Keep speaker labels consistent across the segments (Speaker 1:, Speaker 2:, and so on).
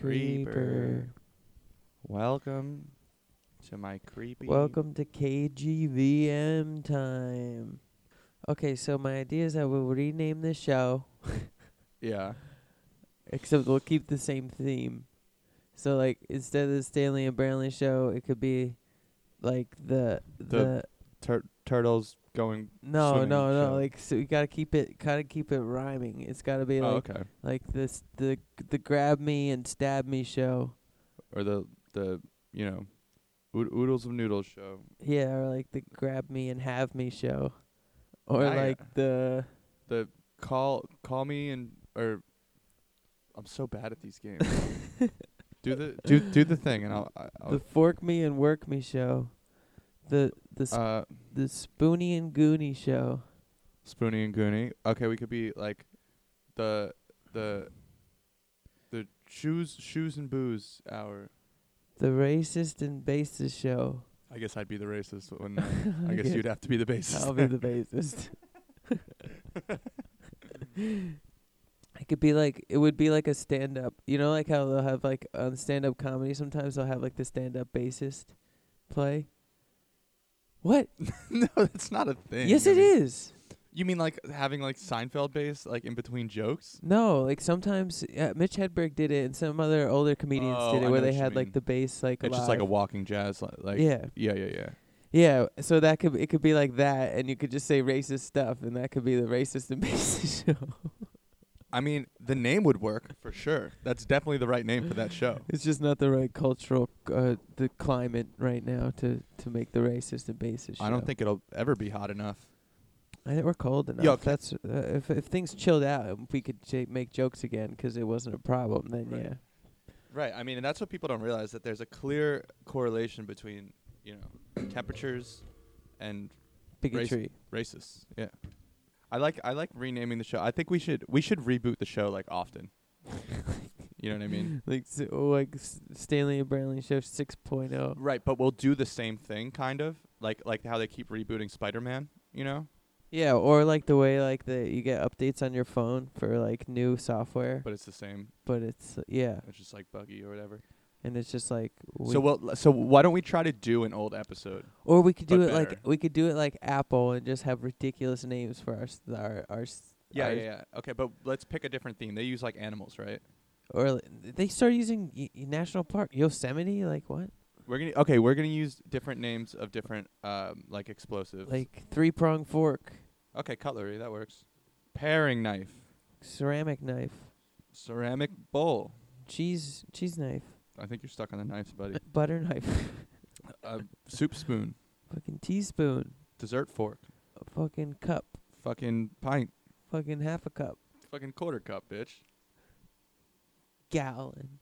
Speaker 1: Creeper.
Speaker 2: Welcome to my creepy.
Speaker 1: Welcome to KGVM time. Okay, so my idea is that we'll rename the show,
Speaker 2: Yeah.
Speaker 1: except we'll keep the same theme. So, like, instead of the Stanley and Brownlee show, it could be like the the,
Speaker 2: The Tur- turtles going.
Speaker 1: no
Speaker 2: swimming
Speaker 1: no no
Speaker 2: show.
Speaker 1: like so we gotta keep it kind of keep it rhyming. It's gotta be
Speaker 2: oh,
Speaker 1: like
Speaker 2: okay.
Speaker 1: like this the the grab me and stab me show.
Speaker 2: Or the the you know, ood- oodles of noodles show.
Speaker 1: Yeah, or like the grab me and have me show. Or
Speaker 2: I-
Speaker 1: like the
Speaker 2: The call call me and or. I'm so bad at these games. do the do do the thing and I'll. I-
Speaker 1: the
Speaker 2: I'll
Speaker 1: fork me and work me show. The the sp-
Speaker 2: uh,
Speaker 1: the spoony and goonie show.
Speaker 2: Spoonie and Goonie. Okay, we could be like the the the shoes shoes and booze hour.
Speaker 1: The racist and bassist show.
Speaker 2: I guess I'd be the racist one. Mm, I guess you'd have to be the bassist.
Speaker 1: I'll be the bassist. it could be like it would be like a stand up. You know like how they'll have like on stand up comedy sometimes they'll have like the stand up bassist play? What?
Speaker 2: no, that's not a thing.
Speaker 1: Yes
Speaker 2: I
Speaker 1: it
Speaker 2: mean-
Speaker 1: is.
Speaker 2: You mean like having like Seinfeld bass like in between jokes?
Speaker 1: No, like sometimes uh, Mitch Hedberg did it, and some other older comedians
Speaker 2: Oh,
Speaker 1: did
Speaker 2: I
Speaker 1: it, where
Speaker 2: know
Speaker 1: they
Speaker 2: what you
Speaker 1: had
Speaker 2: mean.
Speaker 1: like the bass like
Speaker 2: It's just like a
Speaker 1: live.
Speaker 2: walking jazz li- like
Speaker 1: yeah,
Speaker 2: yeah yeah yeah.
Speaker 1: yeah. So that could it could be like that, and you could just say racist stuff, and that could be the racist and bassist show.
Speaker 2: I mean, the name would work for sure. That's definitely the right name for that show.
Speaker 1: It's just not the right cultural uh, the climate right now to to make the racist and bassist.
Speaker 2: I don't
Speaker 1: show.
Speaker 2: think it'll ever be hot enough.
Speaker 1: I think we're cold enough.
Speaker 2: Yo, c-
Speaker 1: That's uh, if if things chilled out, and we could j- make jokes again 'cause it wasn't a problem. Then
Speaker 2: Right.
Speaker 1: yeah.
Speaker 2: Right. I mean, and that's what people don't realize that there's a clear correlation between, you know, temperatures and
Speaker 1: Bigotry.
Speaker 2: racists. Yeah. I like I like renaming the show. I think we should we should reboot the show like often. you know what I mean?
Speaker 1: Like s like S- Stanley and Brownlee show oh. 6.0.
Speaker 2: Right, but we'll do the same thing kind of, like like how they keep rebooting Spider-Man, you know?
Speaker 1: Yeah, or like the way like the you get updates on your phone for like new software, but,
Speaker 2: But it's the same.
Speaker 1: it's yeah,
Speaker 2: It's just like buggy or whatever.
Speaker 1: and it's just like we,
Speaker 2: So we'll so why don't we try to do an old episode?
Speaker 1: or we could do
Speaker 2: but
Speaker 1: it like
Speaker 2: better.
Speaker 1: we could do it like Apple and just have ridiculous names for our s- our our s-
Speaker 2: Yeah,
Speaker 1: our-
Speaker 2: yeah, yeah. Okay, but let's pick a different theme. They use like animals, right?
Speaker 1: or li- they start using y- y- national park Yosemite like what
Speaker 2: We're gonna okay. We're gonna use different names of different um like explosives.
Speaker 1: like three prong fork
Speaker 2: okay, cutlery that works. Paring knife,
Speaker 1: ceramic knife
Speaker 2: ceramic bowl.
Speaker 1: cheese cheese knife
Speaker 2: I think you're stuck on the knives, buddy.
Speaker 1: butter knife
Speaker 2: uh, soup spoon,
Speaker 1: fucking teaspoon
Speaker 2: dessert fork,
Speaker 1: fucking cup
Speaker 2: fucking pint,
Speaker 1: fucking half a cup
Speaker 2: fucking quarter cup, bitch.
Speaker 1: gallon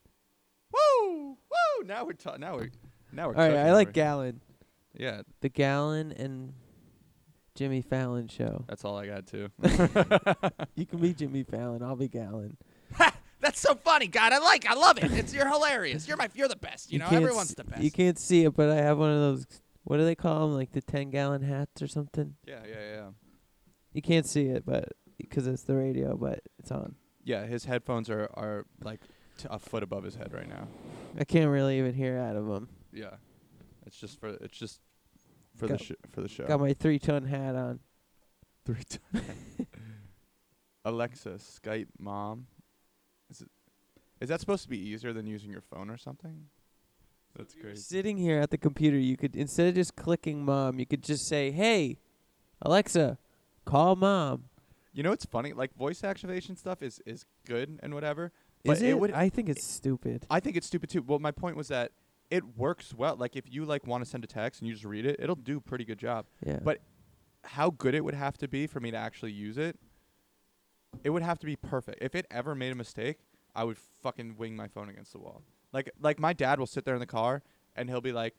Speaker 2: Woo, woo. Now we're ta- now we're now we're.
Speaker 1: all right
Speaker 2: cooking
Speaker 1: I like
Speaker 2: over-
Speaker 1: gallon
Speaker 2: yeah,
Speaker 1: The Gallon and Jimmy Fallon show.
Speaker 2: that's all I got too.
Speaker 1: You can be Jimmy Fallon. I'll be Gallon.
Speaker 3: That's so funny, God. I like, I love it. It's you're hilarious. You're my, you're the best. You, know,
Speaker 1: can't
Speaker 3: everyone's
Speaker 1: s-
Speaker 3: the best.
Speaker 1: You can't see it, but I have one of those. What do they call them? Like the ten gallon hats or something.
Speaker 2: yeah, yeah, yeah.
Speaker 1: You can't see it, but because it's the radio, but it's on.
Speaker 2: Yeah, his headphones are are like t- a foot above his head right now.
Speaker 1: I can't really even hear out of them.
Speaker 2: Yeah, it's just for it's just for the
Speaker 1: Got-
Speaker 2: sh- for the show.
Speaker 1: Got my three ton hat on.
Speaker 2: Three times. Alexa, Skype mom. Is it is that supposed to be easier than using your phone or something? That's crazy.
Speaker 1: Sitting here at the computer, you could instead of just clicking mom, you could just say, "Hey, Alexa, call mom."
Speaker 2: You know what's funny? Like voice activation stuff is is good and whatever. But
Speaker 1: Is
Speaker 2: it
Speaker 1: it?
Speaker 2: would-
Speaker 1: I think it's stupid.
Speaker 2: I think it's stupid too. Well, my point was that it works well. Like if you like want to send a text and you just read it, it'll do a pretty good job.
Speaker 1: Yeah.
Speaker 2: But How good it would have to be for me to actually use it? It would have to be perfect. If it ever made a mistake, I would fucking wing my phone against the wall. Like like my dad will sit there in the car and he'll be like,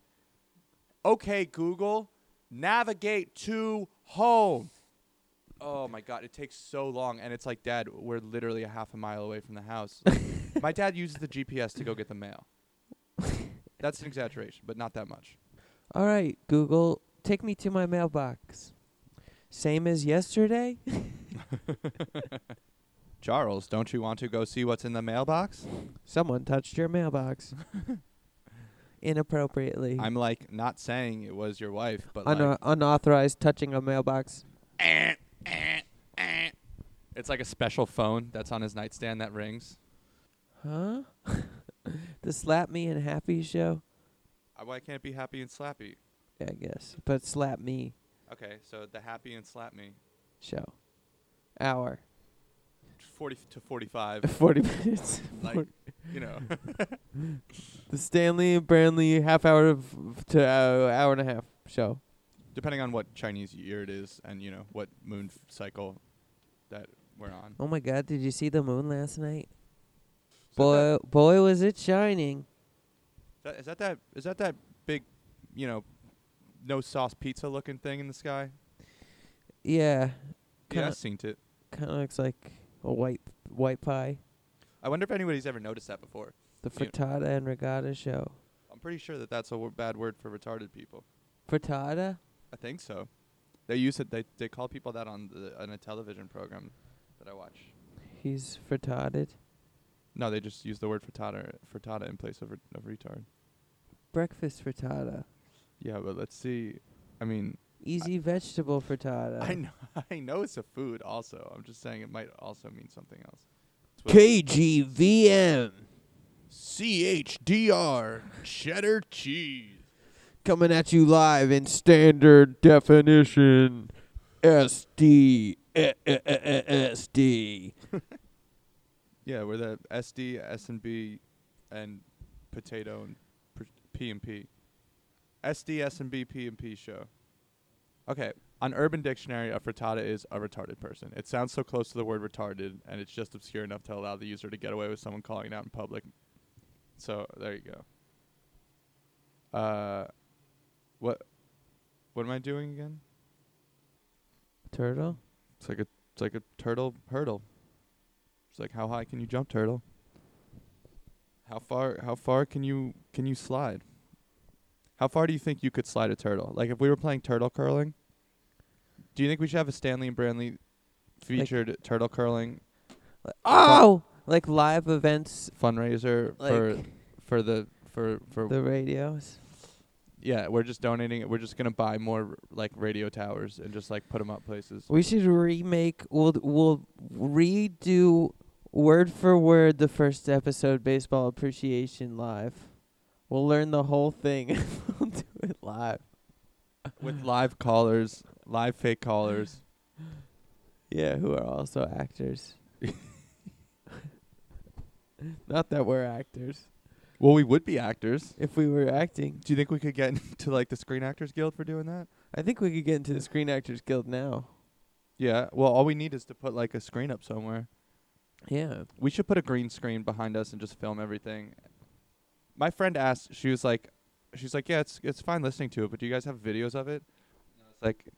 Speaker 2: "Okay, Google, navigate to home." Oh my god, it takes so long and it's like, "Dad, we're literally a half a mile away from the house." Like, my dad uses the GPS to go get the mail. That's an exaggeration, but not that much.
Speaker 1: All right, Google, take me to my mailbox. Same as yesterday?
Speaker 2: Charles, don't you want to go see what's in the mailbox?
Speaker 1: Someone touched your mailbox inappropriately.
Speaker 2: I'm like not saying it was your wife, but
Speaker 1: Una-
Speaker 2: like,
Speaker 1: unauthorized touching of mailbox.
Speaker 3: Eh, eh, eh.
Speaker 2: it's like a special phone that's on his nightstand that rings.
Speaker 1: Huh? the Slap Me and Happy show?
Speaker 2: Uh, Why can't it be happy and slappy?
Speaker 1: Yeah, I guess. But Slap Me
Speaker 2: Okay, so the happy and slap me,
Speaker 1: show. Hour.
Speaker 2: forty to forty-five,
Speaker 1: 40 minutes.
Speaker 2: like you know.
Speaker 1: the Stanley and Branley half hour of, to uh, hour and a half show.
Speaker 2: depending on what Chinese year it is and you know what moon f- cycle that we're on.
Speaker 1: Oh my God, did you see the moon last night?
Speaker 2: Is
Speaker 1: Boy, boy, was it shining.
Speaker 2: that, that- is that that is that that big, you know, no sauce pizza looking thing in the sky? yeah,
Speaker 1: Yeah,
Speaker 2: I
Speaker 1: Kinda-
Speaker 2: seen it.
Speaker 1: kind of looks like a white white pie.
Speaker 2: I wonder if anybody's ever noticed that before.
Speaker 1: The
Speaker 2: Yeah.
Speaker 1: frittata and regatta show.
Speaker 2: I'm pretty sure that that's a w- bad word for retarded people.
Speaker 1: Frittata?
Speaker 2: I think so. They use it. They they call people that on the on a television program that I watch.
Speaker 1: He's frittated.
Speaker 2: No, they just use the word frittata frittata in place of re- of retard.
Speaker 1: Breakfast frittata.
Speaker 2: Yeah, but let's see. I mean, uh,
Speaker 1: Easy vegetable frittata.
Speaker 2: I know I know it's a food. Also, I'm just saying it might also mean something else. It's what-
Speaker 1: KGVM
Speaker 3: CHDR cheddar cheese.
Speaker 1: coming at you live in standard definition SD eh, eh, eh, eh, SD.
Speaker 2: yeah, we're the SD, S and B, and potato and pr- P and P. SD, S and B, P and P show. Okay, on Urban Dictionary, a frittata is a retarded person. It sounds so close to the word retarded, and it's just obscure enough to allow the user to get away with someone calling it out in public. So there you go. Uh, what, what am I doing again?
Speaker 1: Turtle?
Speaker 2: It's like a it's like a turtle hurdle. It's like how high can you jump, turtle? How far how far can you can you slide? How far do you think you could slide a turtle? Like if we were playing turtle curling, do you think we should have a Stanley and Branley featured turtle curling
Speaker 1: Oh! Like live events,
Speaker 2: fundraiser
Speaker 1: like
Speaker 2: for for the for for
Speaker 1: the radios.
Speaker 2: yeah, we're just donating it. We're just going to buy more like radio towers and just like put them up places.
Speaker 1: We should remake. We'll we'll redo word for word the first episode baseball appreciation live. We'll learn the whole thing. we'll do it live.
Speaker 2: With live callers, live fake callers.
Speaker 1: Yeah, who are also actors. Not that we're actors.
Speaker 2: Well, we would be actors.
Speaker 1: If we were acting,
Speaker 2: Do you think we could get into like the Screen Actors Guild for doing that?
Speaker 1: I think we could get into the Screen Actors Guild now.
Speaker 2: Yeah. Well, all we need is to put like a screen up somewhere.
Speaker 1: Yeah.
Speaker 2: We should put a green screen behind us and just film everything. My friend asked. She was like, she's like, yeah, it's it's fine listening to it, but do you guys have videos of it? And I was like,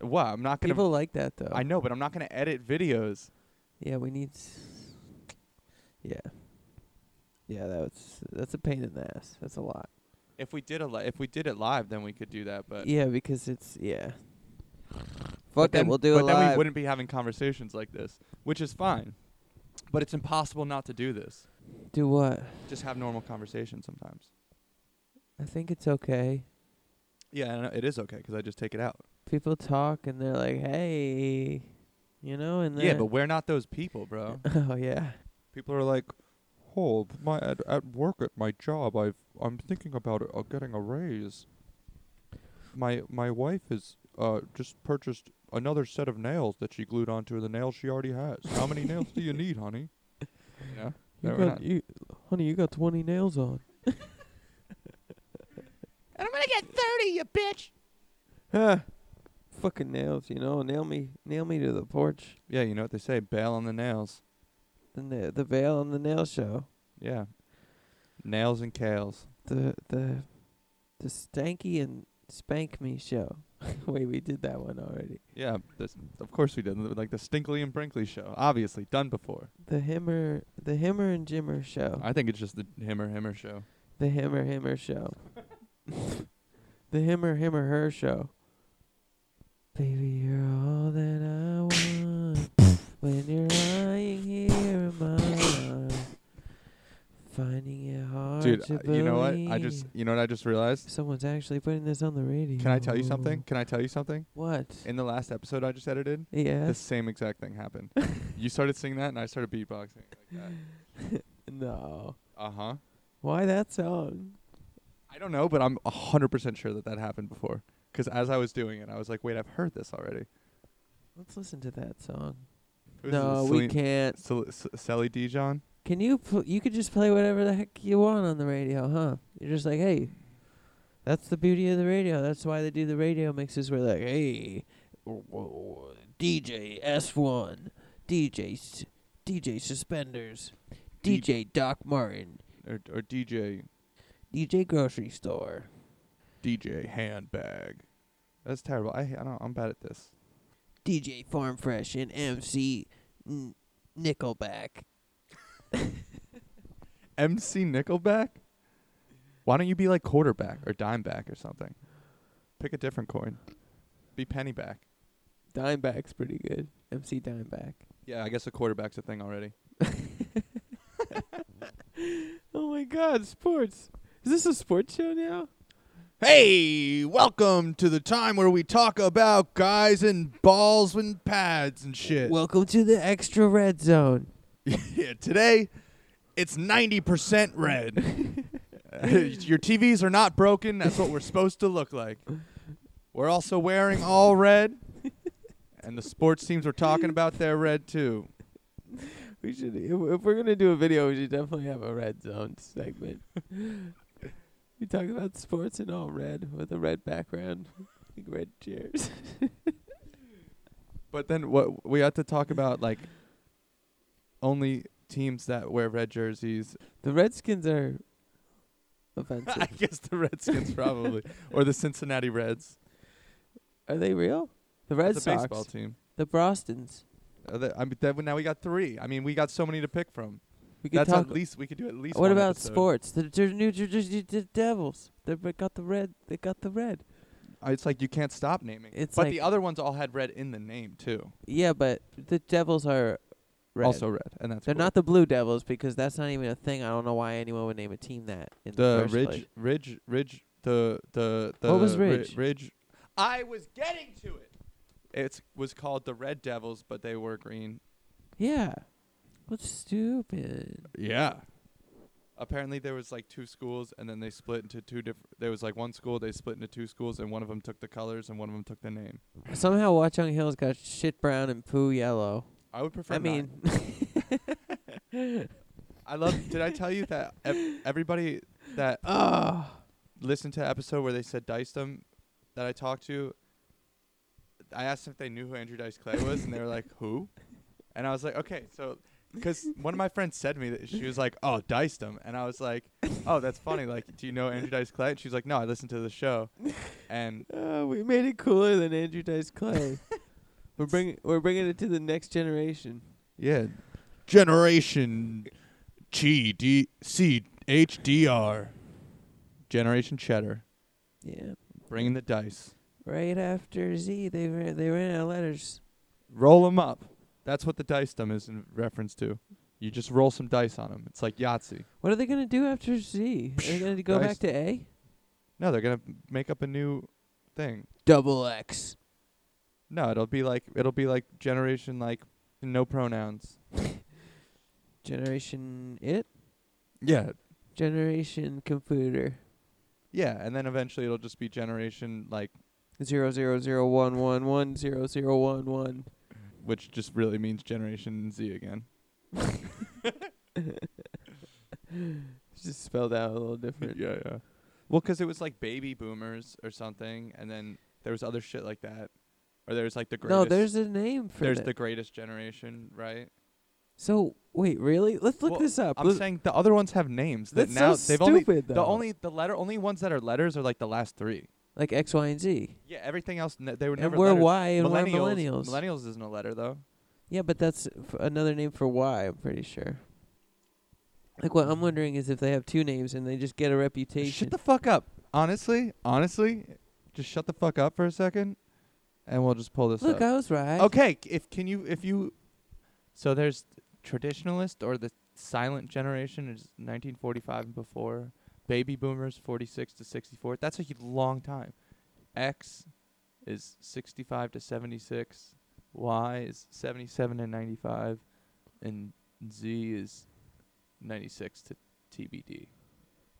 Speaker 2: what? I'm not gonna.
Speaker 1: People like that though.
Speaker 2: I know, but I'm not gonna edit videos.
Speaker 1: Yeah, we need. S- yeah. Yeah, that's that's a pain in the ass. That's a lot.
Speaker 2: If we did a li- if we did it live, then we could do that. But
Speaker 1: yeah, because it's yeah.
Speaker 2: But
Speaker 1: Fuck
Speaker 2: then,
Speaker 1: it, we'll do
Speaker 2: but
Speaker 1: it
Speaker 2: then we
Speaker 1: live.
Speaker 2: wouldn't be having conversations like this, which is fine. But it's impossible not to do this.
Speaker 1: do what?
Speaker 2: Just have normal conversations sometimes.
Speaker 1: I think it's okay.
Speaker 2: Yeah, I know, it is okay because I just take it out.
Speaker 1: People talk and they're like, "Hey," you know, and then
Speaker 2: Yeah, but we're not those people, bro.
Speaker 1: oh yeah,
Speaker 2: people are like, "Oh, my at, at work at my job, I've I'm thinking about uh, getting a raise. My my wife has uh just purchased another set of nails that she glued onto the nails she already has. How many nails do you need, honey? You know?
Speaker 1: you
Speaker 2: No, we're
Speaker 1: got
Speaker 2: not.
Speaker 1: you, honey, you got twenty nails on.
Speaker 3: And I'm gonna get 30, you bitch.
Speaker 1: Ah, fucking nails, you know, nail me, nail me to the porch.
Speaker 2: Yeah, you know what they say, bail on the nails.
Speaker 1: The na- the veil on the nail show.
Speaker 2: Yeah. Nails and kales.
Speaker 1: The the the stanky and spank me show. Wait, we did that one already.
Speaker 2: Yeah, this, of course we did. Like the Stinkley and Brinkley show, obviously done before.
Speaker 1: The hammer, the hammer and jimmer show.
Speaker 2: I think it's just the Himmer Himmer show.
Speaker 1: The Hammer Hammer Show. the Hammer Hammer Her Show. Baby, you're all that I want. when you're lying Living here in my arms, finding it hard
Speaker 2: Dude,
Speaker 1: to
Speaker 2: uh, you know what? I just
Speaker 1: believe.
Speaker 2: you know what I just realized?
Speaker 1: someone's actually putting this on the radio.
Speaker 2: Can I tell you something? Can I tell you something?
Speaker 1: What?
Speaker 2: In the last episode I just edited, the
Speaker 1: yeah.
Speaker 2: same exact thing happened. you started singing that and I started beatboxing like that.
Speaker 1: No.
Speaker 2: Uh-huh.
Speaker 1: Why that song?
Speaker 2: I don't know, but I'm 100% sure that that happened before cuz as I was doing it, I was like, "Wait, I've heard this already."
Speaker 1: Let's listen to that song.
Speaker 2: It was
Speaker 1: no, we
Speaker 2: Celine-
Speaker 1: can't.
Speaker 2: Cel- S- Sally Dijon.
Speaker 1: Can you pl- you could just play whatever the heck you want on the radio, huh? You're just like, hey, that's the beauty of the radio. That's why they do the radio mixes. We're like, hey, w- w- DJ S1, DJ S- DJ Suspenders,
Speaker 2: D-
Speaker 1: DJ Doc Martin,
Speaker 2: or, or DJ
Speaker 1: DJ Grocery Store.
Speaker 2: DJ handbag. That's terrible. I I don't I'm bad at this.
Speaker 1: DJ Farm Fresh and MC N- Nickelback.
Speaker 2: MC Nickelback? Why don't you be like quarterback or dimeback or something? Pick a different coin. Be pennyback.
Speaker 1: Dimeback's pretty good. MC Dimeback.
Speaker 2: Yeah, I guess a quarterback's a thing already.
Speaker 1: Oh my God, sports! Is this a sports show now?
Speaker 2: Hey, welcome to the time where we talk about guys and balls and pads and shit.
Speaker 1: Welcome to the extra red zone.
Speaker 2: yeah, today it's 90% red. Your TVs are not broken. That's what we're supposed to look like. We're also wearing all red. And the sports teams we're talking about, they're red too.
Speaker 1: We should, if, if we're gonna do a video, we should definitely have a red zone segment. we talk about sports in all red with a red background, like red chairs.
Speaker 2: But then what we have to talk about like only teams that wear red jerseys.
Speaker 1: The Redskins are offensive.
Speaker 2: I guess the Redskins probably or the Cincinnati Reds.
Speaker 1: are they real? The Red
Speaker 2: That's a
Speaker 1: Sox,
Speaker 2: baseball team.
Speaker 1: the Bostons.
Speaker 2: Uh, that- I mean, that, now we got three. I mean, we got so many to pick from.
Speaker 1: We could
Speaker 2: That's
Speaker 1: talk.
Speaker 2: at least we could do at least.
Speaker 1: what
Speaker 2: one
Speaker 1: about
Speaker 2: episode.
Speaker 1: sports? The, the New Jer- Jersey the Devils. They got the red. They got the red.
Speaker 2: Uh, It's like you can't stop naming.
Speaker 1: It's
Speaker 2: but
Speaker 1: like-
Speaker 2: the other ones all had red in the name too.
Speaker 1: Yeah, but the Devils are red.
Speaker 2: Also red, and that's
Speaker 1: They're
Speaker 2: cool.
Speaker 1: not the Blue Devils because that's not even a thing. I don't know why anyone would name a team that in the,
Speaker 2: the
Speaker 1: first
Speaker 2: ridge,
Speaker 1: place.
Speaker 2: ridge, ridge. The the the.
Speaker 1: What was
Speaker 2: ri-
Speaker 1: Ridge?
Speaker 2: ridge. I was getting to it. It was called the Red Devils, but they were green.
Speaker 1: Yeah. What's stupid?
Speaker 2: Yeah. Apparently there was like two schools, and then they split into two different. There was like one school they split into two schools, and one of them took the colors, and one of them took the name.
Speaker 1: Somehow Watchung Hills got shit brown and poo yellow.
Speaker 2: I would prefer.
Speaker 1: I
Speaker 2: not.
Speaker 1: mean,
Speaker 2: I love. did I tell you that ev- everybody that
Speaker 1: oh,
Speaker 2: listened to the episode where they said Dice them that I talked to? I asked if they knew who Andrew Dice Clay was, and they were like, "Who?" And I was like, "Okay, so." Because one of my friends said to me that she was like, "Oh, Dice them," and I was like, "Oh, that's funny. Like, do you know Andrew Dice Clay?" And she's like, "No, I listened to the show." And
Speaker 1: oh, we made it cooler than Andrew Dice Clay. we're bringing we're bringing it to the next generation.
Speaker 2: Yeah. Generation G D C H D R. Generation Cheddar.
Speaker 1: Yeah.
Speaker 2: Bringing the dice.
Speaker 1: Right after Z, they ran, they ran out of letters.
Speaker 2: Roll 'em up. That's what the dice dumb is in reference to. You just roll some dice on 'em. It's like Yahtzee.
Speaker 1: What are they gonna do after Z? Are they gonna go
Speaker 2: Dice-
Speaker 1: back to A?
Speaker 2: No, they're gonna make up a new thing.
Speaker 1: Double X.
Speaker 2: No, it'll be like it'll be like generation like no pronouns.
Speaker 1: Generation it?
Speaker 2: Yeah.
Speaker 1: Generation computer.
Speaker 2: Yeah, and then eventually it'll just be generation like
Speaker 1: Zero zero zero one one one zero zero one one.
Speaker 2: which just really means generation Z again.
Speaker 1: It's just spelled out a little different.
Speaker 2: yeah, yeah. Well, 'cause it was like baby boomers or something, and then there was other shit like that, or there's like the greatest.
Speaker 1: No, there's e- a name for
Speaker 2: there's
Speaker 1: that.
Speaker 2: the greatest generation, right?
Speaker 1: so wait, really? Let's look
Speaker 2: Well,
Speaker 1: this up.
Speaker 2: I'm
Speaker 1: Let-
Speaker 2: saying the other ones have names that
Speaker 1: that's
Speaker 2: now
Speaker 1: so
Speaker 2: they've only
Speaker 1: stupid though.
Speaker 2: the only the letter only ones that are letters are like the last three.
Speaker 1: like X, Y, and Z.
Speaker 2: Yeah, everything else ne- they were
Speaker 1: And
Speaker 2: never.
Speaker 1: we're
Speaker 2: letters.
Speaker 1: Y and we're
Speaker 2: millennials.
Speaker 1: millennials.
Speaker 2: Millennials isn't a letter though.
Speaker 1: Yeah, but that's f- another name for Y. I'm pretty sure. Like what I'm wondering is if they have two names and they just get a reputation.
Speaker 2: Shut the fuck up. Honestly, honestly, just shut the fuck up for a second, and we'll just pull this
Speaker 1: look,
Speaker 2: up.
Speaker 1: I was right.
Speaker 2: Okay, c- if can you if you so there's traditionalist or the silent generation is 1945 and before. Baby boomers 46 to 64. That's a hu- long time. X is 65 to 76. Y is 77 and 95, and Z is 96 to TBD.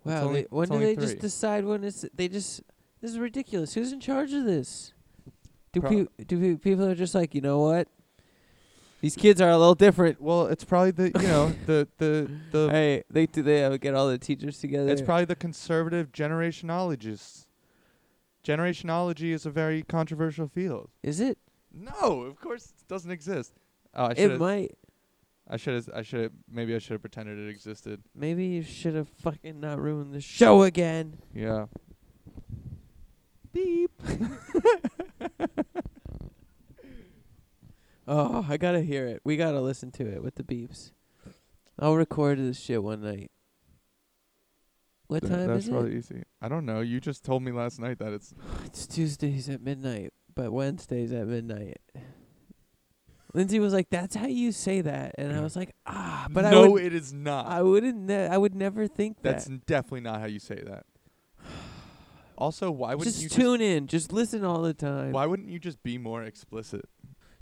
Speaker 1: Wow.
Speaker 2: only-
Speaker 1: they, when
Speaker 2: it's
Speaker 1: do
Speaker 2: only
Speaker 1: they
Speaker 2: three.
Speaker 1: just decide when it's? They just. This is ridiculous. Who's in charge of this? Do
Speaker 2: Pro-
Speaker 1: peop do pe- people are just like you know what? These kids are a little different.
Speaker 2: Well, it's probably the you know the the the
Speaker 1: Hey, they do. They uh, get all the teachers together.
Speaker 2: It's probably the conservative generationologists. Generationology is a very controversial field.
Speaker 1: Is it?
Speaker 2: No, of course it doesn't exist. Oh, I
Speaker 1: It
Speaker 2: should
Speaker 1: might.
Speaker 2: I should have I should have maybe I should have pretended it existed.
Speaker 1: Maybe you should have fucking not ruined the show again.
Speaker 2: Yeah.
Speaker 1: Beep. oh, I gotta hear it. We gotta listen to it with the beeps. I'll record this shit one night. What
Speaker 2: Th-
Speaker 1: time
Speaker 2: that's
Speaker 1: is
Speaker 2: probably easy. I don't know. You just told me last night that it's
Speaker 1: it? It's Tuesdays at midnight, but Wednesdays at midnight. Lindsay was like, "That's how you say that," and I was like, "Ah, but I
Speaker 2: Mm. No,
Speaker 1: would,
Speaker 2: it is not.
Speaker 1: I wouldn't, ne- I would never think
Speaker 2: that's
Speaker 1: that."
Speaker 2: n- definitely not how you say that. Also, why wouldn't
Speaker 1: Just
Speaker 2: you
Speaker 1: tune in, just listen all the time.
Speaker 2: just, why wouldn't you just be more explicit?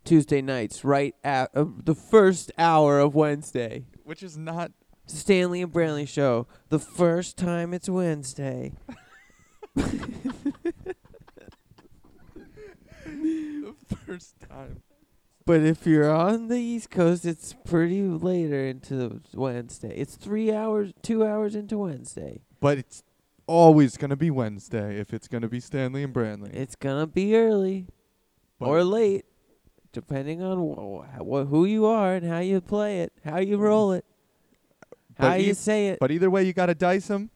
Speaker 1: Tuesday nights, right at uh, the first hour of Wednesday.
Speaker 2: Which is not
Speaker 1: Stanley and Brantley show. The first time it's Wednesday.
Speaker 2: the first time.
Speaker 1: But if you're on the East Coast, it's pretty later into Wednesday. It's three hours, two hours into Wednesday.
Speaker 2: But it's always going to be Wednesday if it's going to be Stanley and Brantley.
Speaker 1: It's gonna be early
Speaker 2: But-
Speaker 1: or late, depending on wh- wh- who you are and how you play it, how you roll it,
Speaker 2: Mm-hmm. But
Speaker 1: how you
Speaker 2: eith-
Speaker 1: say it.
Speaker 2: But either way, you got to dice them.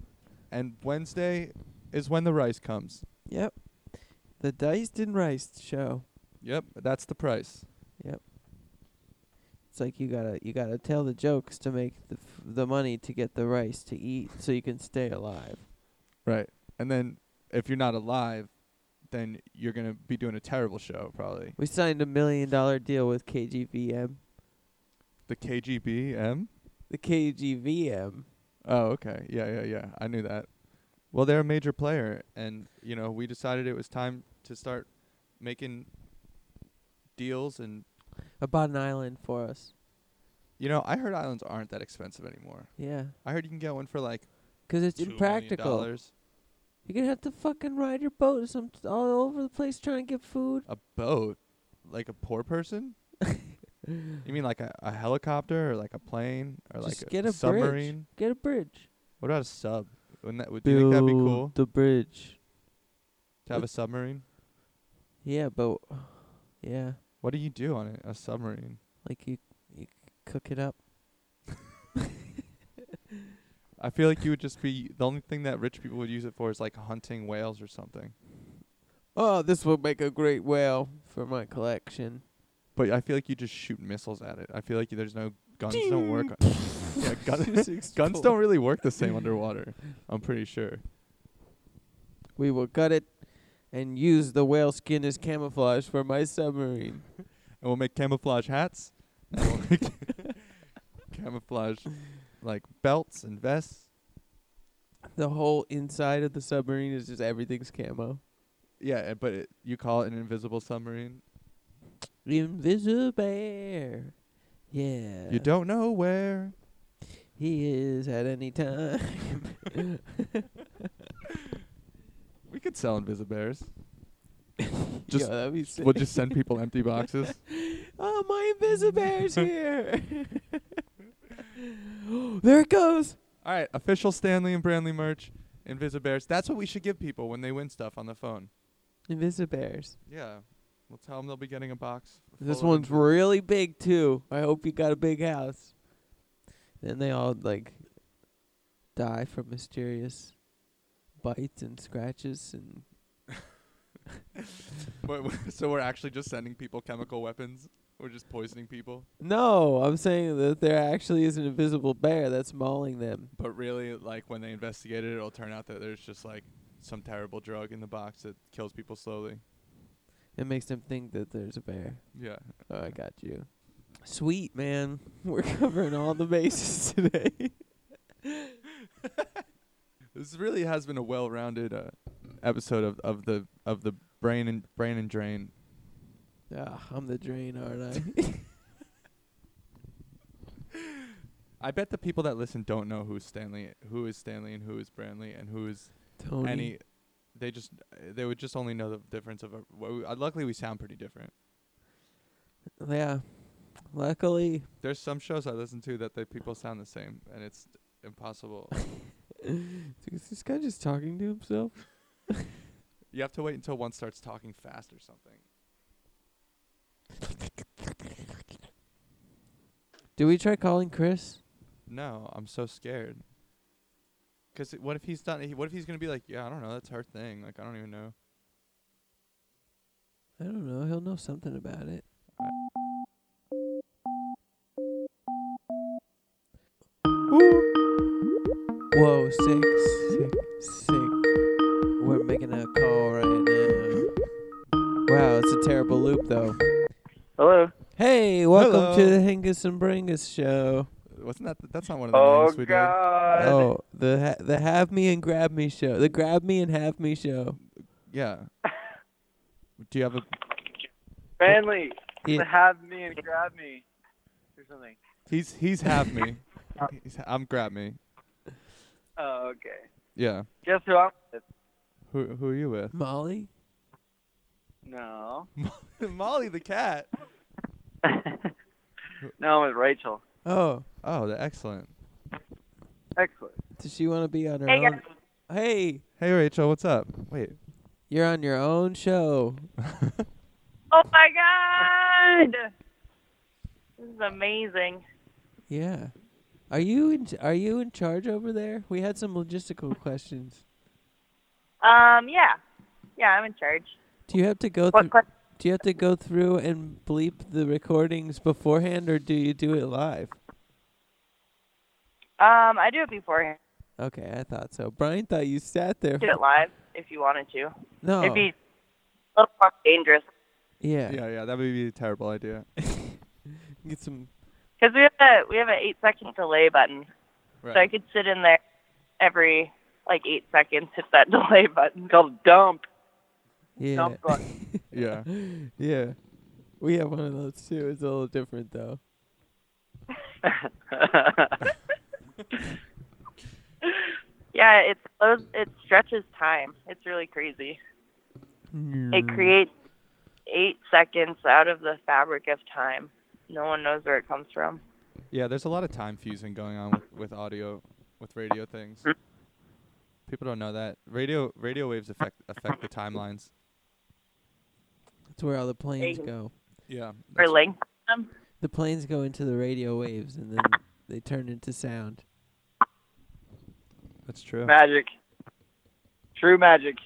Speaker 2: And Wednesday is when the rice comes.
Speaker 1: Yep, the Diced and Rice show.
Speaker 2: Yep, that's the price.
Speaker 1: It's like you gotta you gotta tell the jokes to make the f- the money to get the rice to eat so you can stay alive.
Speaker 2: Right. And then if you're not alive, then you're going to be doing a terrible show, probably.
Speaker 1: We signed a million dollar deal with KGVM.
Speaker 2: The KGBM?
Speaker 1: The KGVM.
Speaker 2: Oh, okay. Yeah, yeah, yeah. I knew that. Well, they're a major player, and you know, we decided it was time to start making deals. And
Speaker 1: I bought an island for us.
Speaker 2: you know, I heard islands aren't that expensive anymore.
Speaker 1: Yeah.
Speaker 2: I heard you can get one for like
Speaker 1: 'Cause it's
Speaker 2: two million
Speaker 1: impractical.
Speaker 2: dollars.
Speaker 1: You're gonna have to fucking ride your boat some all over the place trying to get food.
Speaker 2: A boat, like a poor person. you mean like a, a helicopter or like a plane or
Speaker 1: Just
Speaker 2: like
Speaker 1: get
Speaker 2: a,
Speaker 1: a
Speaker 2: submarine?
Speaker 1: bridge. Get a bridge.
Speaker 2: What about a sub? Wouldn't that, would do you think that'd be cool
Speaker 1: The bridge.
Speaker 2: to have a submarine?
Speaker 1: Yeah, but yeah,
Speaker 2: What do you do on it? A submarine?
Speaker 1: like you you cook it up.
Speaker 2: I feel like you would just be the only thing that rich people would use it for is like hunting whales or something.
Speaker 1: Oh, this will make a great whale for my collection.
Speaker 2: But I feel like you just shoot missiles at it. I feel like there's no guns don't work. on- yeah, guns, guns don't really work the same underwater. I'm pretty sure.
Speaker 1: We will gut it and use the whale skin as camouflage for my submarine.
Speaker 2: and we'll make camouflage hats. And we'll make camouflage like belts and vests.
Speaker 1: The whole inside of the submarine is just everything's camo.
Speaker 2: Yeah, eh, but it, you call it an invisible submarine.
Speaker 1: Invisible air. Yeah.
Speaker 2: You don't know where.
Speaker 1: He is at any time.
Speaker 2: We could sell invisibears.
Speaker 1: Just
Speaker 2: Just-
Speaker 1: Yo, that'd be sick.
Speaker 2: We'll just send people empty boxes.
Speaker 1: oh, my Invisibear's here. there it goes.
Speaker 2: All right, official Stanley and Branley merch, invisibears. That's what we should give people when they win stuff on the phone.
Speaker 1: Invisibears.
Speaker 2: Yeah, we'll tell them they'll be getting a box.
Speaker 1: This
Speaker 2: full of
Speaker 1: one's really big too. I hope you got a big house. Then they all like die from mysterious bites and scratches and
Speaker 2: Wait, wait, so we're actually just sending people chemical weapons. We're just poisoning people.
Speaker 1: No, I'm saying that there actually is an invisible bear that's mauling them.
Speaker 2: But really, like when they investigate it, it'll turn out that there's just like some terrible drug in the box that kills people slowly.
Speaker 1: It makes them think that there's a bear.
Speaker 2: Yeah.
Speaker 1: Oh, I got you. Sweet man, we're covering all the bases today.
Speaker 2: This really has been a well-rounded uh, episode of, of the of the brain and brain and drain.
Speaker 1: Ah, I'm the drain, aren't I?
Speaker 2: I bet the people that listen don't know who's Stanley, who is Stanley, and who is Branley, and who is
Speaker 1: Tony.
Speaker 2: any. They just they would just only know the difference of. A, well, we- uh, luckily, we sound pretty different.
Speaker 1: Yeah. Luckily,
Speaker 2: There's some shows I listen to that the people sound the same, and it's impossible.
Speaker 1: is this guy just talking to himself?
Speaker 2: you have to wait until one starts talking fast or something.
Speaker 1: Do we try calling Chris?
Speaker 2: No, I'm so scared. Cause what if he's done? he- What if he's gonna be like, yeah, I don't know, that's her thing. Like I don't even know.
Speaker 1: I don't know. He'll know something about it. Whoa, sick, sick, sick. We're making a call right now. Wow, it's a terrible loop though.
Speaker 4: Hello.
Speaker 1: Hey, welcome to
Speaker 2: Hello.
Speaker 1: the Hingus and Bringus show.
Speaker 2: Wasn't that? That's not one of the
Speaker 4: Oh
Speaker 2: names we
Speaker 4: God.
Speaker 1: Oh, the ha- the have me and grab me show. The grab me and have me show.
Speaker 2: did. Yeah. Do you have a?
Speaker 4: Manly,
Speaker 1: Yeah.
Speaker 4: have me and grab me, or something.
Speaker 2: He's he's have me. He's, I'm grab me.
Speaker 4: Oh, okay.
Speaker 2: Yeah.
Speaker 4: Guess who I'm with?
Speaker 2: Who who are you with?
Speaker 1: Molly?
Speaker 4: No.
Speaker 2: Molly the cat.
Speaker 4: no, I'm with Rachel.
Speaker 1: Oh,
Speaker 2: Oh, the excellent.
Speaker 4: Excellent.
Speaker 1: does she want to be on her
Speaker 5: Hey,
Speaker 1: own?
Speaker 5: guys.
Speaker 1: Hey,
Speaker 2: Hey Rachel, what's up? Wait.
Speaker 1: you're on your own show.
Speaker 5: Oh my god! This is amazing.
Speaker 1: Yeah. Are you in are you in charge over there? We had some logistical questions.
Speaker 5: Um, yeah, yeah, I'm in charge.
Speaker 1: Do you have to go
Speaker 5: What
Speaker 4: Mm.
Speaker 1: through
Speaker 5: question?
Speaker 1: do you have to go through and bleep the recordings beforehand or do you do it live?
Speaker 5: Um, I do it beforehand.
Speaker 1: Okay, I thought so. Brian thought you sat there.
Speaker 5: Do it live if you wanted to.
Speaker 4: Oh.
Speaker 1: No.
Speaker 5: It'd be a little more dangerous
Speaker 1: yeah.
Speaker 2: Yeah, yeah, that would be a terrible idea.
Speaker 1: Get some
Speaker 5: because we have a we have an eight second delay button, so I
Speaker 2: Right.
Speaker 5: could sit in there every like eight seconds hit that delay button.
Speaker 4: Called dump.
Speaker 1: yeah.
Speaker 4: Dump button.
Speaker 2: Yeah.
Speaker 1: yeah. We have one of those too. It's a little different though.
Speaker 5: Yeah, it slows, it stretches time. It's really crazy. It
Speaker 2: Mm.
Speaker 5: creates eight seconds out of the fabric of time. No one knows where it comes from.
Speaker 2: Yeah, there's a lot of time fusing going on with, with audio, with radio things.
Speaker 4: Mm-hmm.
Speaker 2: People don't know that radio radio waves affect affect the timelines.
Speaker 1: That's where all the planes
Speaker 5: Hey.
Speaker 1: go.
Speaker 2: Yeah.
Speaker 5: Or length.
Speaker 1: The planes go into the radio waves and then they turn into sound.
Speaker 2: That's true.
Speaker 4: magic. True magic.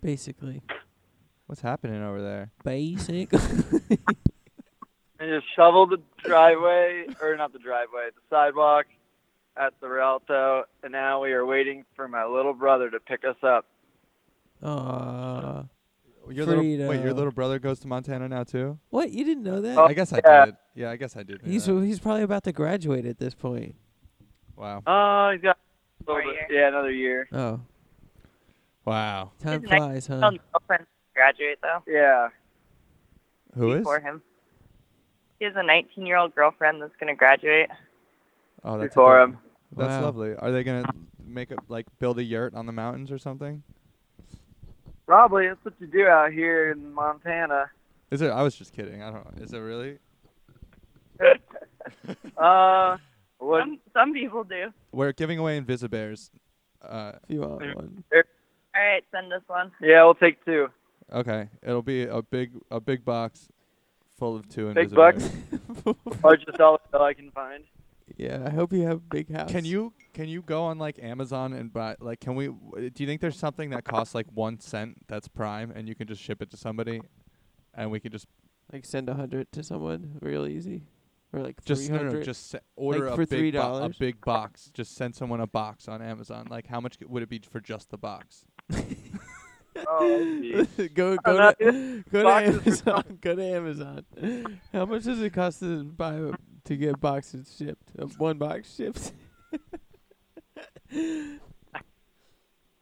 Speaker 1: Basically.
Speaker 2: What's happening over there?
Speaker 1: Basic
Speaker 4: And just shovel the driveway, or not the driveway, the sidewalk at the Rialto. And now we are waiting for my little brother to pick us up.
Speaker 1: Aw.
Speaker 2: Your little, wait, your
Speaker 1: Frito.
Speaker 2: little brother goes to Montana now too?
Speaker 1: What? You didn't know that?
Speaker 4: Oh,
Speaker 2: I guess I
Speaker 4: yeah.
Speaker 2: did. Yeah, I guess I did. know
Speaker 1: he's
Speaker 2: that.
Speaker 1: he's probably about to graduate at this point.
Speaker 2: wow.
Speaker 4: Oh, he's got a
Speaker 5: More
Speaker 4: little bit,
Speaker 5: year.
Speaker 4: yeah, another year.
Speaker 1: Oh,
Speaker 2: Wow.
Speaker 1: time
Speaker 5: His next
Speaker 1: flies, huh?
Speaker 5: He'll know when to graduate though.
Speaker 4: Yeah.
Speaker 2: Who is?
Speaker 5: before him. He has a 19 year old girlfriend that's going to graduate.
Speaker 2: Oh, that's
Speaker 4: before um,
Speaker 2: adorable.
Speaker 4: him.
Speaker 2: That's
Speaker 1: Wow.
Speaker 2: lovely. Are they gonna make a like build a yurt on the mountains or something?
Speaker 4: Probably that's what you do out here in Montana.
Speaker 2: Is it? I was just kidding. I don't. Is it really?
Speaker 4: Uh, what?
Speaker 5: Some, some people do.
Speaker 2: We're giving away Invisibears. Uh,
Speaker 1: If you want one.
Speaker 5: All right, send us one.
Speaker 4: Yeah, we'll take two.
Speaker 2: okay. It'll be a big a big box full of two
Speaker 4: Big
Speaker 2: Invisibears.
Speaker 4: bucks. Largest dollar bill I can find.
Speaker 1: yeah, I hope you have a big house.
Speaker 2: Can you can you go on like Amazon and buy like can we? Do you think there's something that costs like one cent that's Prime and you can just ship it to somebody, and we can just
Speaker 1: like send a hundred to someone real easy, or like
Speaker 2: just no,
Speaker 1: 300?
Speaker 2: no, just se- order
Speaker 1: Like
Speaker 2: a
Speaker 1: for
Speaker 2: big bo- a
Speaker 1: $3?
Speaker 2: big box. Just send someone a box on Amazon. Like how much would it be for just the box?
Speaker 4: Oh, geez.
Speaker 1: go
Speaker 4: Oh,
Speaker 1: go
Speaker 4: no,
Speaker 1: to, go to
Speaker 4: boxes were
Speaker 1: Amazon. Go to Amazon. How much does it cost to buy to get boxes shipped? Uh, one box shipped.
Speaker 4: I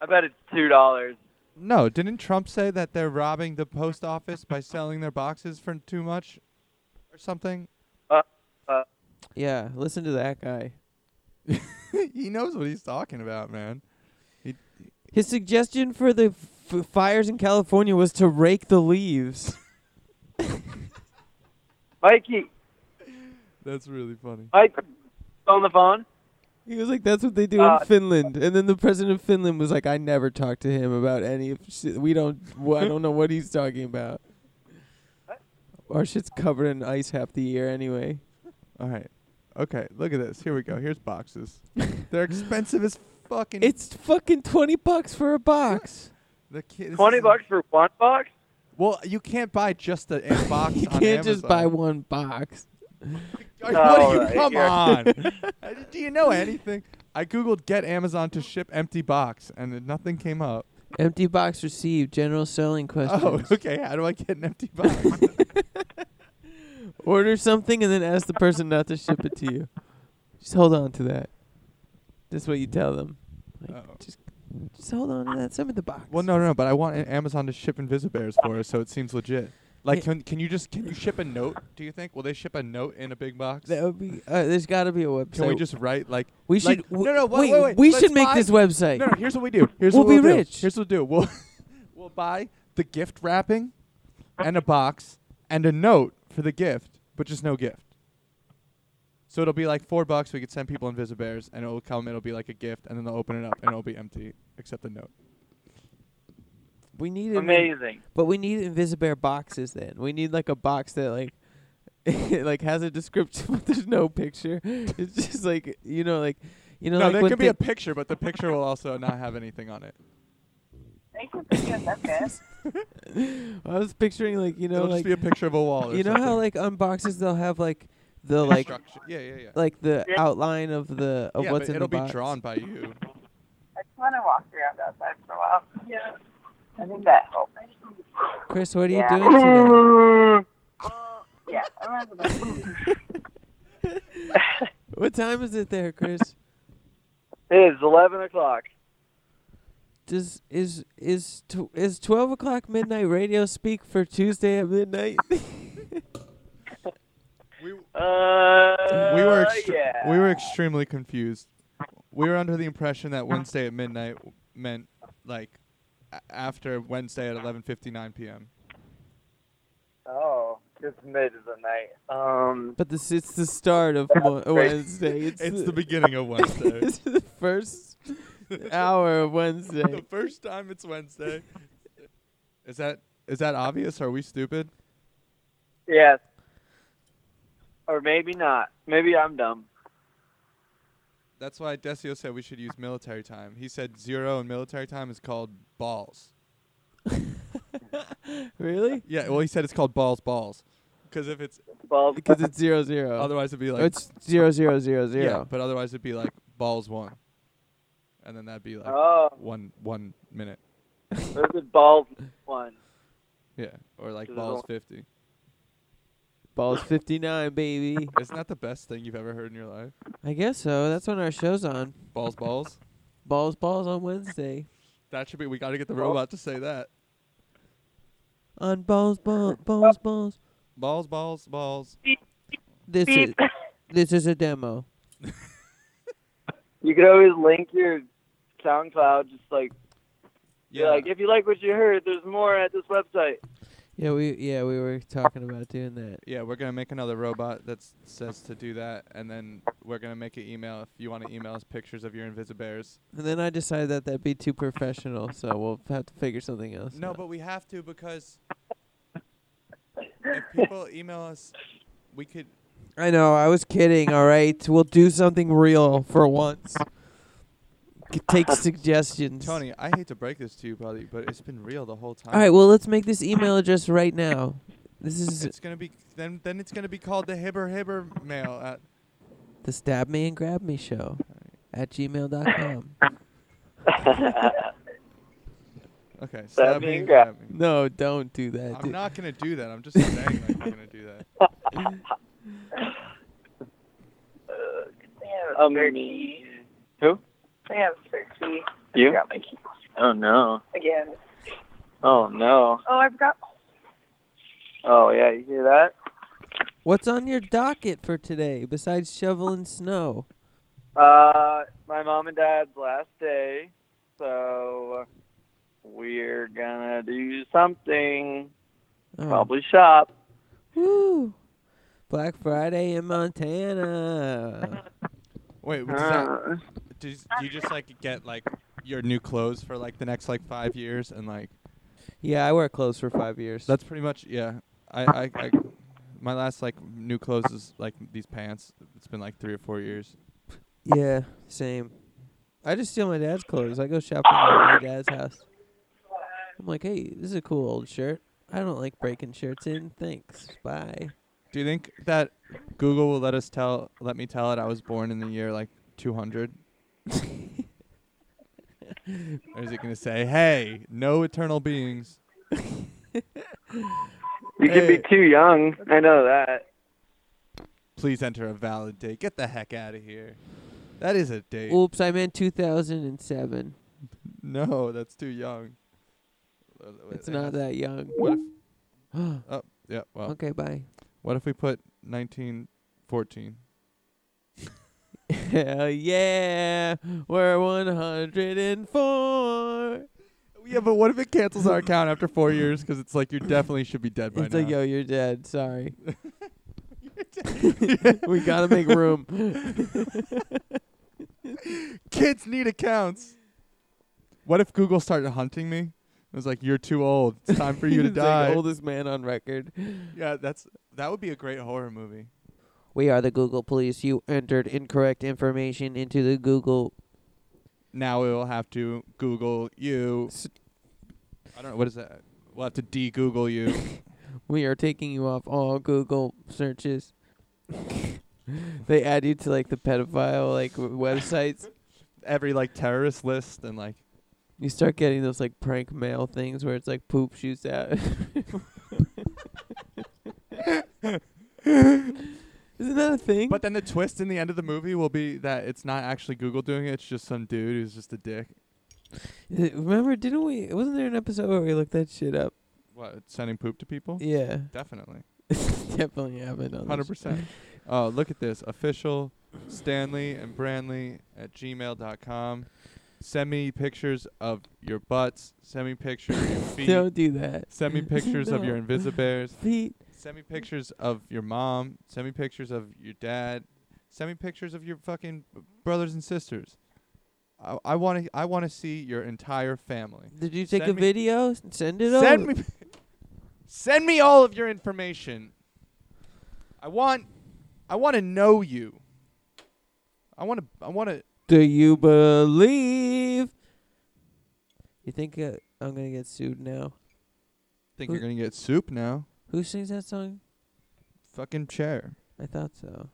Speaker 4: bet it's two dollars.
Speaker 2: No, didn't Trump say that they're robbing the post office by selling their boxes for too much or something?
Speaker 1: yeah, listen to that guy.
Speaker 2: he knows what he's talking about, man.
Speaker 1: His suggestion for the f- fires in California was to rake the leaves.
Speaker 4: Mikey,
Speaker 2: That's really funny.
Speaker 4: Mike, on the phone.
Speaker 1: He was like, "That's what they do
Speaker 4: Uh,
Speaker 1: in Finland." And then the president of Finland was like, "I never talked to him about any of shit. We don't. wh- I don't know what he's talking about. Our shit's covered in ice half the year anyway."
Speaker 2: All right. Okay, look at this. Here we go. Here's boxes. they're expensive as fucking.
Speaker 1: It's fucking twenty bucks for a box.
Speaker 2: the kid, this
Speaker 4: Twenty
Speaker 2: is-
Speaker 4: bucks for one box.
Speaker 2: Well, you can't buy just a, a box
Speaker 1: you
Speaker 2: on
Speaker 1: can't just
Speaker 2: Amazon.
Speaker 1: buy one box.
Speaker 2: Like, what
Speaker 4: Oh,
Speaker 2: do you,
Speaker 4: right,
Speaker 2: come
Speaker 4: yeah.
Speaker 2: on. do you know anything? I googled get Amazon to ship empty box and then nothing came up.
Speaker 1: Empty box received. General selling
Speaker 2: Oh,
Speaker 1: questions.
Speaker 2: okay. How do I get an empty box?
Speaker 1: Order something and then ask the person not to ship it to you. Just hold on to that. That's what you tell them. Like,
Speaker 2: Oh.
Speaker 1: just, just hold on to that. Send me the box.
Speaker 2: well, no, no, no, but I want a- Amazon to ship Invisibears for us, so it seems legit. Like, can can you just can you ship a note? Do you think? Will they ship a note in a big box?
Speaker 1: That would be. Uh, there's got to be a website.
Speaker 2: Can we just write like
Speaker 1: We
Speaker 2: like-
Speaker 1: should.
Speaker 2: no, no, wait,
Speaker 1: wait,
Speaker 2: wait, wait,
Speaker 1: We
Speaker 2: let's
Speaker 1: should make
Speaker 2: buy-
Speaker 1: this website.
Speaker 2: No, no. Here's what we do. Here's what
Speaker 1: We'll
Speaker 2: we'll
Speaker 1: be
Speaker 2: do.
Speaker 1: rich.
Speaker 2: Here's what we'll do. We'll we'll buy the gift wrapping, and a box, and a note for the gift, but just no gift. So it'll be like four bucks. We could send people Invisibears, and it'll come. It'll be like a gift, and then they'll open it up, and it'll be empty except the note.
Speaker 1: We need it,
Speaker 4: Amazing.
Speaker 1: but we need Invisibear boxes. Then we need like a box that like, like has a description, but there's no picture. It's just like you know, like you know,
Speaker 2: No,
Speaker 1: like
Speaker 2: there
Speaker 1: when
Speaker 2: could be a
Speaker 1: the-
Speaker 2: picture, but the picture will also not have anything on it.
Speaker 5: Thank you for doing that, guys.
Speaker 1: I was picturing like you know,
Speaker 2: it'll just
Speaker 1: like
Speaker 2: be a picture of a wall. Or
Speaker 1: you know
Speaker 2: something.
Speaker 1: how like on boxes they'll have like the like
Speaker 2: Structure- Yeah, yeah, yeah.
Speaker 1: like the
Speaker 4: Yeah.
Speaker 1: outline of the of
Speaker 2: yeah,
Speaker 1: what's
Speaker 2: but
Speaker 1: in
Speaker 2: it'll
Speaker 1: the box.
Speaker 2: be drawn by you.
Speaker 5: I just want to walk around outside for a while. Yeah. I think that helps.
Speaker 1: Chris, what are
Speaker 5: Yeah.
Speaker 1: you doing today?
Speaker 5: Yeah. I remember that.
Speaker 1: What time is it there, Chris?
Speaker 4: It is eleven o'clock.
Speaker 1: Does is is tw- is twelve o'clock midnight radio speak for Tuesday at midnight?
Speaker 4: Uh,
Speaker 2: we were extre-
Speaker 4: yeah.
Speaker 2: we were extremely confused. We were under the impression that Wednesday at midnight w- meant like a- after Wednesday at 11:59 p.m.
Speaker 4: Oh, it's mid of the night. Um,
Speaker 1: but this it's the start of Mo- Wednesday. It's,
Speaker 2: It's the beginning of Wednesday.
Speaker 1: it's the first hour of
Speaker 2: the
Speaker 1: Wednesday.
Speaker 2: first time it's Wednesday. Is that is that obvious? Are we stupid?
Speaker 4: yes. Or maybe not. Maybe I'm dumb.
Speaker 2: That's why Desio said we should use military time. He said zero in military time is called balls.
Speaker 1: Really?
Speaker 2: Yeah, well he said it's called balls balls. Because if it's
Speaker 4: Well,
Speaker 1: Because it's zero zero.
Speaker 2: otherwise it'd be
Speaker 1: Oh,
Speaker 2: like
Speaker 1: it's zero zero zero zero.
Speaker 2: yeah, but otherwise it'd be like balls one, and then that'd be like
Speaker 4: oh,
Speaker 2: one one minute.
Speaker 4: there's a bald one.
Speaker 2: Yeah, or like
Speaker 4: Is it
Speaker 2: balls
Speaker 4: all-
Speaker 2: fifty.
Speaker 1: Ball's fifty nine, baby.
Speaker 2: Isn't that the best thing you've ever heard in your life?
Speaker 1: I guess so. That's when our show's on.
Speaker 2: Balls, balls.
Speaker 1: Balls, balls on Wednesday.
Speaker 2: That should be. We got to get the robot to say that.
Speaker 1: On balls, balls, balls, balls.
Speaker 2: Balls, balls, balls.
Speaker 1: This is
Speaker 5: Beep.
Speaker 1: this is a demo.
Speaker 4: You could always link your SoundCloud. Just like be
Speaker 2: Yeah.
Speaker 4: like if you like what you heard, there's more at this website.
Speaker 1: Yeah, we yeah we were talking about doing that.
Speaker 2: yeah, we're gonna make another robot that s- says to do that, and then we're gonna make an email if you want to email us pictures of your Invisibears.
Speaker 1: And then I decided that that'd be too professional, so we'll have to figure something else.
Speaker 2: No,
Speaker 1: out.
Speaker 2: but we have to because if people email us, we could.
Speaker 1: I know I was kidding. All right, we'll do something real for once. C- Take suggestions,
Speaker 2: Tony, I hate to break this to you, buddy, but it's been real the whole time.
Speaker 1: All right, well let's make this email address right now. This is
Speaker 2: It's gonna be then. Then it's gonna be called the Hibber Hibber mail at
Speaker 1: the Stab Me and Grab Me Show at gmail dot com.
Speaker 2: Okay.
Speaker 4: Stab
Speaker 2: Stab
Speaker 4: me
Speaker 2: me.
Speaker 4: and grab
Speaker 2: grab me.
Speaker 1: No, don't do that.
Speaker 2: I'm
Speaker 1: dude.
Speaker 2: not gonna do that. I'm just saying I'm not gonna do that.
Speaker 5: They have
Speaker 4: Um,
Speaker 5: turkey.
Speaker 4: who?
Speaker 5: They have turkey. I
Speaker 4: You?
Speaker 5: forgot my keys
Speaker 4: Oh no.
Speaker 5: again.
Speaker 4: Oh no.
Speaker 5: Oh, I forgot.
Speaker 4: Oh yeah, you hear that?
Speaker 1: What's on your docket for today besides shoveling snow?
Speaker 4: Uh, my mom and dad's last day, so we're gonna do something.
Speaker 1: Oh,
Speaker 4: Probably shop.
Speaker 1: Woo. Black Friday in Montana.
Speaker 2: Wait, does that,
Speaker 4: Uh,
Speaker 2: does, do you just like get like your new clothes for like the next like five years and like
Speaker 1: yeah, I wear clothes for five years.
Speaker 2: that's pretty much yeah. I, I, I my last like new clothes is like these pants. It's been like three or four years.
Speaker 1: yeah, same. I just steal my dad's clothes. I go shopping at my dad's house. I'm like, hey, this is a cool old shirt. I don't like breaking shirts in. Thanks. Bye.
Speaker 2: Do you think that Google will let us tell let me tell it I was born in the year like 200? or is it gonna say, "Hey, no eternal beings"?
Speaker 4: you could be
Speaker 1: Hey.
Speaker 4: too young. I know that.
Speaker 2: Please enter a valid date. Get the heck out of here. That is a date.
Speaker 1: Oops, I meant 2007.
Speaker 2: No, that's too young. Uh,
Speaker 1: It's
Speaker 2: uh,
Speaker 1: not that young.
Speaker 2: What if? Oh, yeah. Well,
Speaker 1: okay, bye.
Speaker 2: what if we put 1914?
Speaker 1: Hell yeah, we're 104.
Speaker 2: Yeah, but what if it cancels our account after four years? Because it's like you definitely should be dead by
Speaker 1: It's
Speaker 2: now.
Speaker 1: like, yo, you're dead. Sorry. we gotta make room.
Speaker 2: Kids need accounts. What if Google started hunting me? It was like, you're too old. It's time for you to
Speaker 1: He's like
Speaker 2: die.
Speaker 1: oldest man on record.
Speaker 2: yeah, that's that would be a great horror movie.
Speaker 1: We are the Google police. You entered incorrect information into the Google.
Speaker 2: Now we will have to Google you.
Speaker 1: S-
Speaker 2: I don't know what is that. We'll have to de-Google you.
Speaker 1: We are taking you off all Google searches. they add you to like the pedophile like w- websites.
Speaker 2: Every like terrorist list and like
Speaker 1: You start getting those like prank mail things where it's like poop shoots out. Isn't that a thing?
Speaker 2: But then the twist in the end of the movie will be that it's not actually Google doing it. It's just some dude who's just a dick.
Speaker 1: Uh, Remember, didn't we? Wasn't there an episode where we looked that shit up?
Speaker 2: What sending poop to people?
Speaker 1: Yeah,
Speaker 2: Definitely,
Speaker 1: definitely happened. on this
Speaker 2: Oh. hundred
Speaker 1: show.
Speaker 2: percent. Oh, look at this official Stanley and Branley at gmail.com. Send me pictures of your butts. Send me pictures of your feet.
Speaker 1: Don't do that.
Speaker 2: Send me pictures of your
Speaker 1: No.
Speaker 2: invisibears.
Speaker 1: Feet.
Speaker 2: Send me pictures of your mom. Send me pictures of your dad. Send me pictures of your fucking brothers and sisters. I I want to I want to see your entire family.
Speaker 1: Did you take
Speaker 2: Send
Speaker 1: a
Speaker 2: me-
Speaker 1: video? S- Send it over.
Speaker 2: Send me Send me all of your information. I want I want to know you. I want to I want to
Speaker 1: Do you believe? You think uh, I'm gonna get sued now?
Speaker 2: think you're going to get soup now.
Speaker 1: Who sings that song?
Speaker 2: Fucking chair.
Speaker 1: I thought so.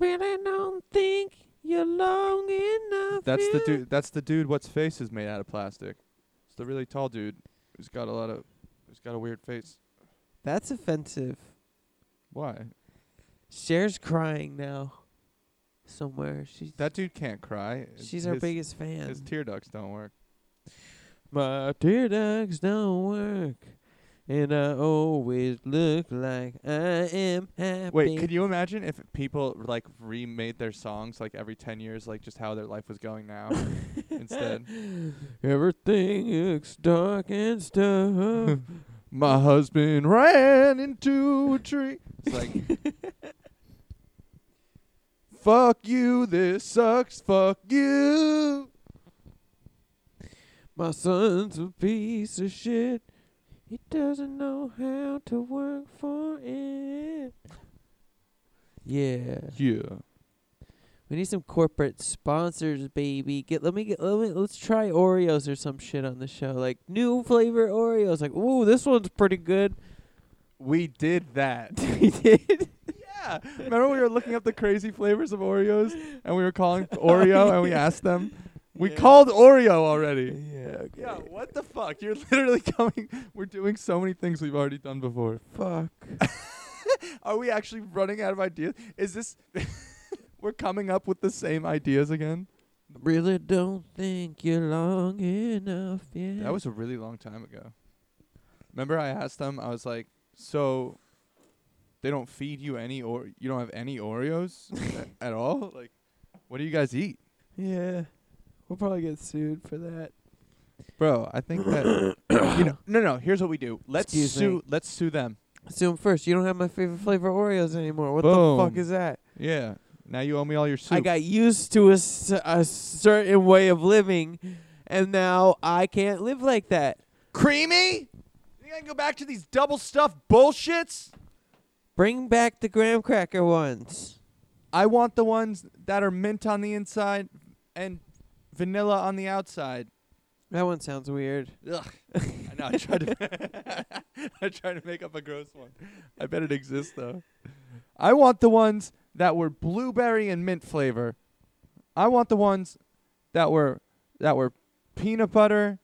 Speaker 1: Really don't think you're long enough.
Speaker 2: That's the
Speaker 1: yet.
Speaker 2: dude that's the dude what's face is made out of plastic. It's the really tall dude who's got a lot of who's got a weird face.
Speaker 1: That's offensive.
Speaker 2: Why?
Speaker 1: Cher's crying now. Somewhere she's
Speaker 2: That dude can't cry.
Speaker 1: she's our
Speaker 2: His-
Speaker 1: biggest fan.
Speaker 2: His tear ducts don't work.
Speaker 1: My tear ducts don't work, and I always look like I am happy.
Speaker 2: Wait, could you imagine if people like remade their songs like every 10 years like just how their life was going now instead?
Speaker 1: Everything looks dark and stuff.
Speaker 2: My husband ran into a tree. It's like Fuck you, this sucks. Fuck you.
Speaker 1: My son's a piece of shit. He doesn't know how to work for it. Yeah.
Speaker 2: Yeah.
Speaker 1: We need some corporate sponsors, baby. Get let me get let me let's try Oreos or some shit on the show. Like new flavor Oreos. Like, ooh, this one's pretty good.
Speaker 2: We did that.
Speaker 1: We did.
Speaker 2: yeah. Remember we were looking up the crazy flavors of Oreos and we were calling Oreo and we asked them. We
Speaker 1: Yeah.
Speaker 2: called Oreo already.
Speaker 1: Yeah, Okay.
Speaker 2: Yeah, what the fuck? You're literally coming. We're doing so many things we've already done before.
Speaker 1: Fuck.
Speaker 2: Are we actually running out of ideas? Is this. we're coming up with the same ideas again?
Speaker 1: Really don't think you're long enough yet.
Speaker 2: That was a really long time ago. Remember, I asked them, I was like, so they don't feed you any, or you don't have any Oreos a- at all? Like, what do you guys eat?
Speaker 1: yeah. We'll probably get sued for that.
Speaker 2: Bro, I think that. you know, no, no, here's what we do. Let's
Speaker 1: Excuse me.
Speaker 2: sue, let's sue them.
Speaker 1: Sue 'em first. You don't have my favorite flavor Oreos anymore. What the fuck
Speaker 2: Boom.
Speaker 1: is that?
Speaker 2: Yeah. Now you owe me all your soup.
Speaker 1: I got used to a, s- a certain way of living, and now I can't live like that.
Speaker 2: creamy? You think I can go back to these double stuffed bullshits?
Speaker 1: Bring back the graham cracker ones.
Speaker 2: I want the ones that are mint on the inside and vanilla on the outside.
Speaker 1: That one sounds weird.
Speaker 2: Ugh. I know. I tried to. I tried to make up a gross one. I bet it exists though. I want the ones that were blueberry and mint flavor. I want the ones that were that were peanut butter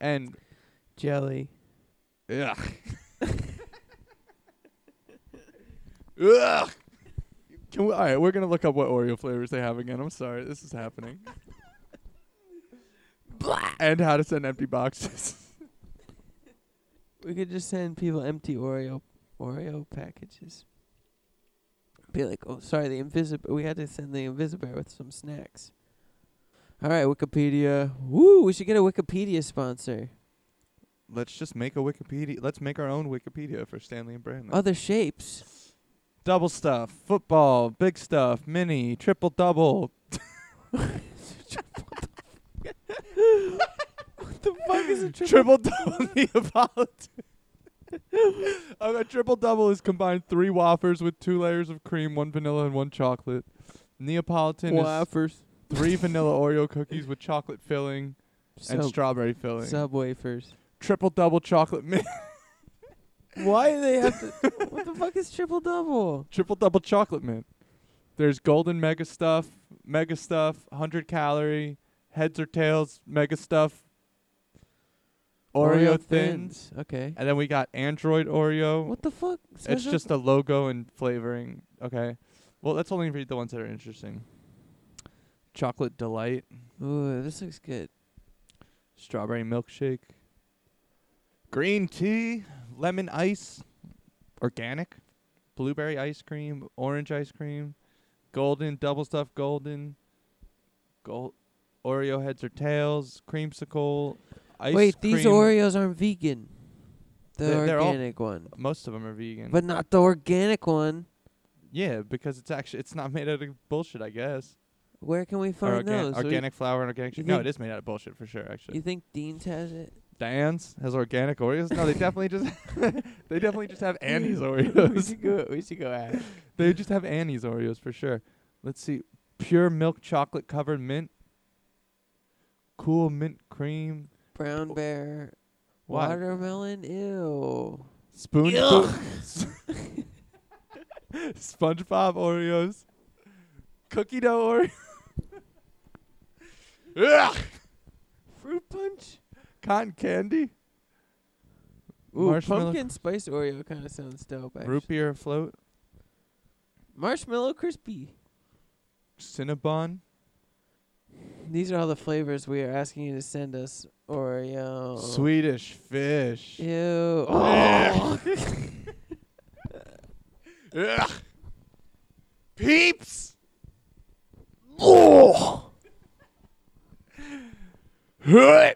Speaker 2: and
Speaker 1: Jelly.
Speaker 2: Ugh. Ugh. Can we, all right, we're gonna look up what Oreo flavors they have again. I'm sorry, this is happening. and how to send empty boxes.
Speaker 1: We could just send people empty Oreo Oreo packages. Be like, oh, sorry, the invisible. We had to send the invisible with some snacks. All right, Wikipedia. Woo! We should get a Wikipedia sponsor.
Speaker 2: Let's just make a Wikipedia. Let's make our own Wikipedia for Stanley and Brandon.
Speaker 1: Other shapes.
Speaker 2: Uh, double stuff, football, big stuff, mini, triple double.
Speaker 1: What the fuck is a
Speaker 2: Triple double Neapolitan. a triple double is combined three wafers with two layers of cream, one vanilla, and one chocolate. Neapolitan
Speaker 1: Wafers.
Speaker 2: is three vanilla Oreo cookies with chocolate filling and
Speaker 1: Sub-
Speaker 2: strawberry filling.
Speaker 1: sub wafers.
Speaker 2: Triple double chocolate mint.
Speaker 1: Why do they have to? what the fuck is triple double?
Speaker 2: triple double chocolate mint. There's golden mega stuff, mega stuff, 100 calorie, heads or tails, mega stuff, Oreo, thins.
Speaker 1: Okay.
Speaker 2: And then we got Android Oreo.
Speaker 1: What the fuck?
Speaker 2: It's
Speaker 1: Special-
Speaker 2: just a logo and flavoring. Okay. Well, let's only read the ones that are interesting. Chocolate delight,
Speaker 1: Ooh, this looks good.
Speaker 2: strawberry milkshake, green tea, lemon ice, organic, blueberry ice cream, orange ice cream, golden double stuffed golden, gold Oreo heads or tails, creamsicle, ice
Speaker 1: Wait,
Speaker 2: cream.
Speaker 1: these Oreos aren't vegan. The
Speaker 2: They're- they're all-
Speaker 1: organic one,
Speaker 2: Most of them are vegan.
Speaker 1: but not the organic one.
Speaker 2: yeah, because it's actually it's not made out of bullshit, I guess.
Speaker 1: Where can we
Speaker 2: Or
Speaker 1: find
Speaker 2: organ-
Speaker 1: those? We-
Speaker 2: organic flour and organic
Speaker 1: you
Speaker 2: shit. No,
Speaker 1: think-
Speaker 2: it is made out of bullshit for sure. Actually,
Speaker 1: You think Dean's has it?
Speaker 2: Dan's has organic Oreos. No, they definitely just they definitely just have Annie's
Speaker 1: we
Speaker 2: Oreos.
Speaker 1: should go. We should go ask.
Speaker 2: they just have Annie's Oreos for sure. Let's see, pure milk chocolate covered mint, cool mint cream,
Speaker 1: Brown bear,
Speaker 2: Why?
Speaker 1: watermelon. Ew.
Speaker 2: spoon, spoon SpongeBob Oreos, cookie dough Oreos,
Speaker 1: Fruit punch.
Speaker 2: cotton candy,
Speaker 1: Ooh,
Speaker 2: Marshmallow-
Speaker 1: pumpkin spice Oreo kind of sounds dope. Actually.
Speaker 2: root beer float,
Speaker 1: Marshmallow crispy.
Speaker 2: Cinnabon.
Speaker 1: These are all the flavors we are asking you to send us. Oreo.
Speaker 2: Swedish fish.
Speaker 1: Ew. Oh.
Speaker 2: Ugh. Peeps. Ugh.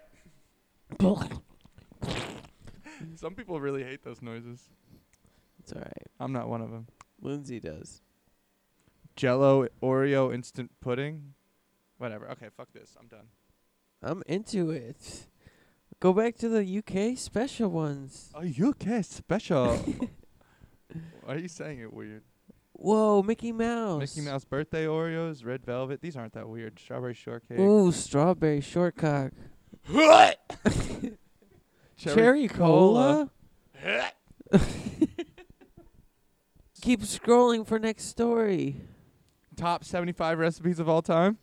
Speaker 2: Some people really hate those noises.
Speaker 1: it's all right.
Speaker 2: I'm not one of them.
Speaker 1: Lindsay does.
Speaker 2: Jello Oreo instant pudding. Whatever. Okay, fuck this. I'm done.
Speaker 1: I'm into it. Go back to the UK special ones.
Speaker 2: Are Oh, you okay? Special. Why are you saying it weird?
Speaker 1: Whoa, Mickey Mouse.
Speaker 2: Mickey Mouse birthday Oreos, red velvet. These aren't that weird. Strawberry shortcake.
Speaker 1: Ooh, strawberry shortcock. Cherry, cola? Keep scrolling for next story.
Speaker 2: Top 75 recipes of all time.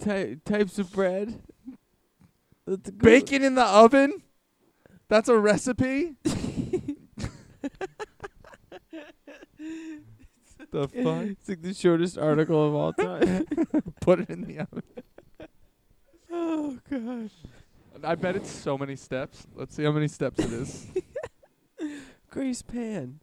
Speaker 1: Ty- types of bread. That's a good
Speaker 2: Bacon in the oven? That's a recipe? the
Speaker 1: one.
Speaker 2: fuck?
Speaker 1: It's like the shortest article of all time.
Speaker 2: Put it in the oven.
Speaker 1: oh gosh.
Speaker 2: I bet it's so many steps. Let's see how many steps it is.
Speaker 1: Grease pan.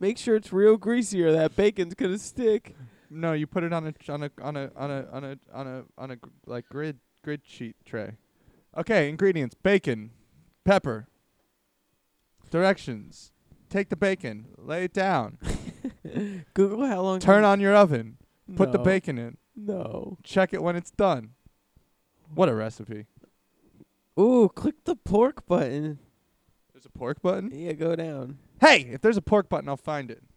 Speaker 1: Make sure it's real greasy or that bacon's gonna stick.
Speaker 2: no, you put it on a on a on a on a on a on a on a gr- like grid grid sheet tray. Okay, ingredients: bacon, pepper. Directions: Take the bacon, lay it down,
Speaker 1: Google how long.
Speaker 2: turn on your oven, put the
Speaker 1: No.
Speaker 2: bacon in,
Speaker 1: No.
Speaker 2: check it when it's done. What a recipe!
Speaker 1: Ooh, click the pork button.
Speaker 2: There's a pork button.
Speaker 1: Yeah, go down.
Speaker 2: Hey, if there's a pork button, I'll find it.